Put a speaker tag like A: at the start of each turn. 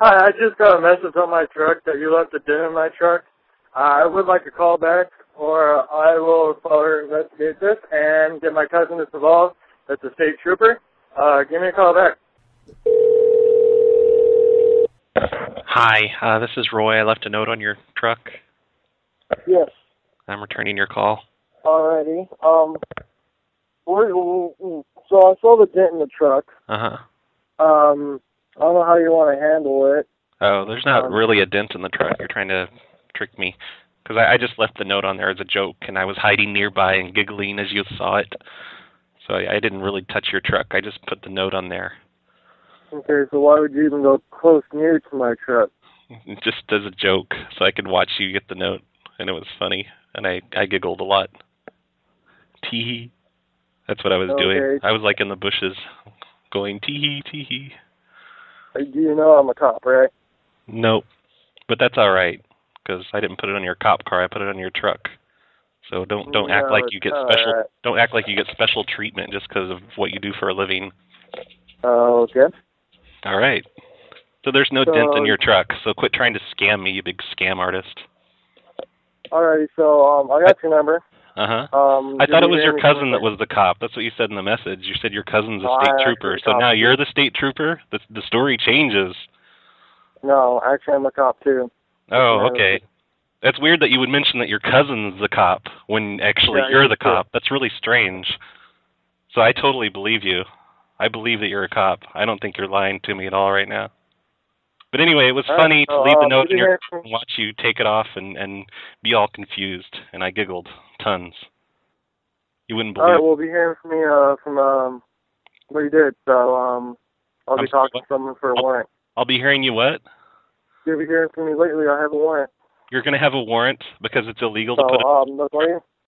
A: Hi, I just got a message on my truck that you left a dent in my truck. Uh, I would like a call back, or I will further investigate this and get my cousin that's involved. That's a state trooper. Uh, give me a call back.
B: Hi, uh, this is Roy. I left a note on your truck.
A: Yes.
B: I'm returning your call.
A: Alrighty. Um. we're- So I saw the dent in the truck.
B: Uh huh.
A: Um. I don't know how you want to handle it.
B: Oh, there's not
A: Um,
B: really a dent in the truck. You're trying to trick me. Because I, I just left the note on there as a joke, and I was hiding nearby and giggling as you saw it. So I, I didn't really touch your truck. I just put the note on there.
A: Okay. So why would you even go close near to my truck?
B: Just as a joke, so I could watch you get the note, and it was funny, and I, I giggled a lot. Tee hee. That's what I was doing.
A: Okay.
B: I was like in the bushes going tee hee, tee hee.
A: Like, do you know I'm a cop, right?
B: Nope. But that's all right, because I didn't put it on your cop car. I put it on your truck. So don't don't act
A: No,
B: like
A: it's
B: you get
A: not
B: special.
A: alright.
B: Don't act like you get special treatment just because of what you do for a living.
A: Oh, okay.
B: All right. So there's no dent
A: So-
B: in your truck. So quit trying to scam me, you big scam artist.
A: Alrighty. So um, I got your number.
B: Uh huh.
A: Um.
B: I
A: do
B: thought
A: you
B: it was
A: need
B: your
A: any-
B: cousin that was the cop. That's what you said in the message. You said your cousin's a
A: Oh, I
B: state
A: actually
B: trooper. So
A: cop.
B: now you're the state trooper. The the story changes.
A: No, actually, I'm a cop too.
B: Oh,
A: Yeah.
B: okay. That's weird that you would mention that your cousin's the cop when actually
A: Yeah,
B: you're
A: yeah,
B: the
A: sure.
B: cop. That's really strange. So I totally believe you. I believe that you're a cop. I don't think you're lying to me at all right now. But anyway, it was
A: Alright,
B: funny
A: so,
B: to leave
A: um,
B: the note
A: you
B: in your
A: didn't answer-
B: and watch you take it off and and be all confused. And I giggled tons. You wouldn't believe.
A: All right, we'll be hearing from me uh, from um, what he did. So um, I'll be
B: I'm sorry,
A: talking to someone for a
B: Oh.
A: warrant.
B: I'll be hearing you what?
A: You'll be hearing from me lately. I have a warrant.
B: You're gonna have a warrant because it's illegal
A: So
B: to put.
A: um, that's why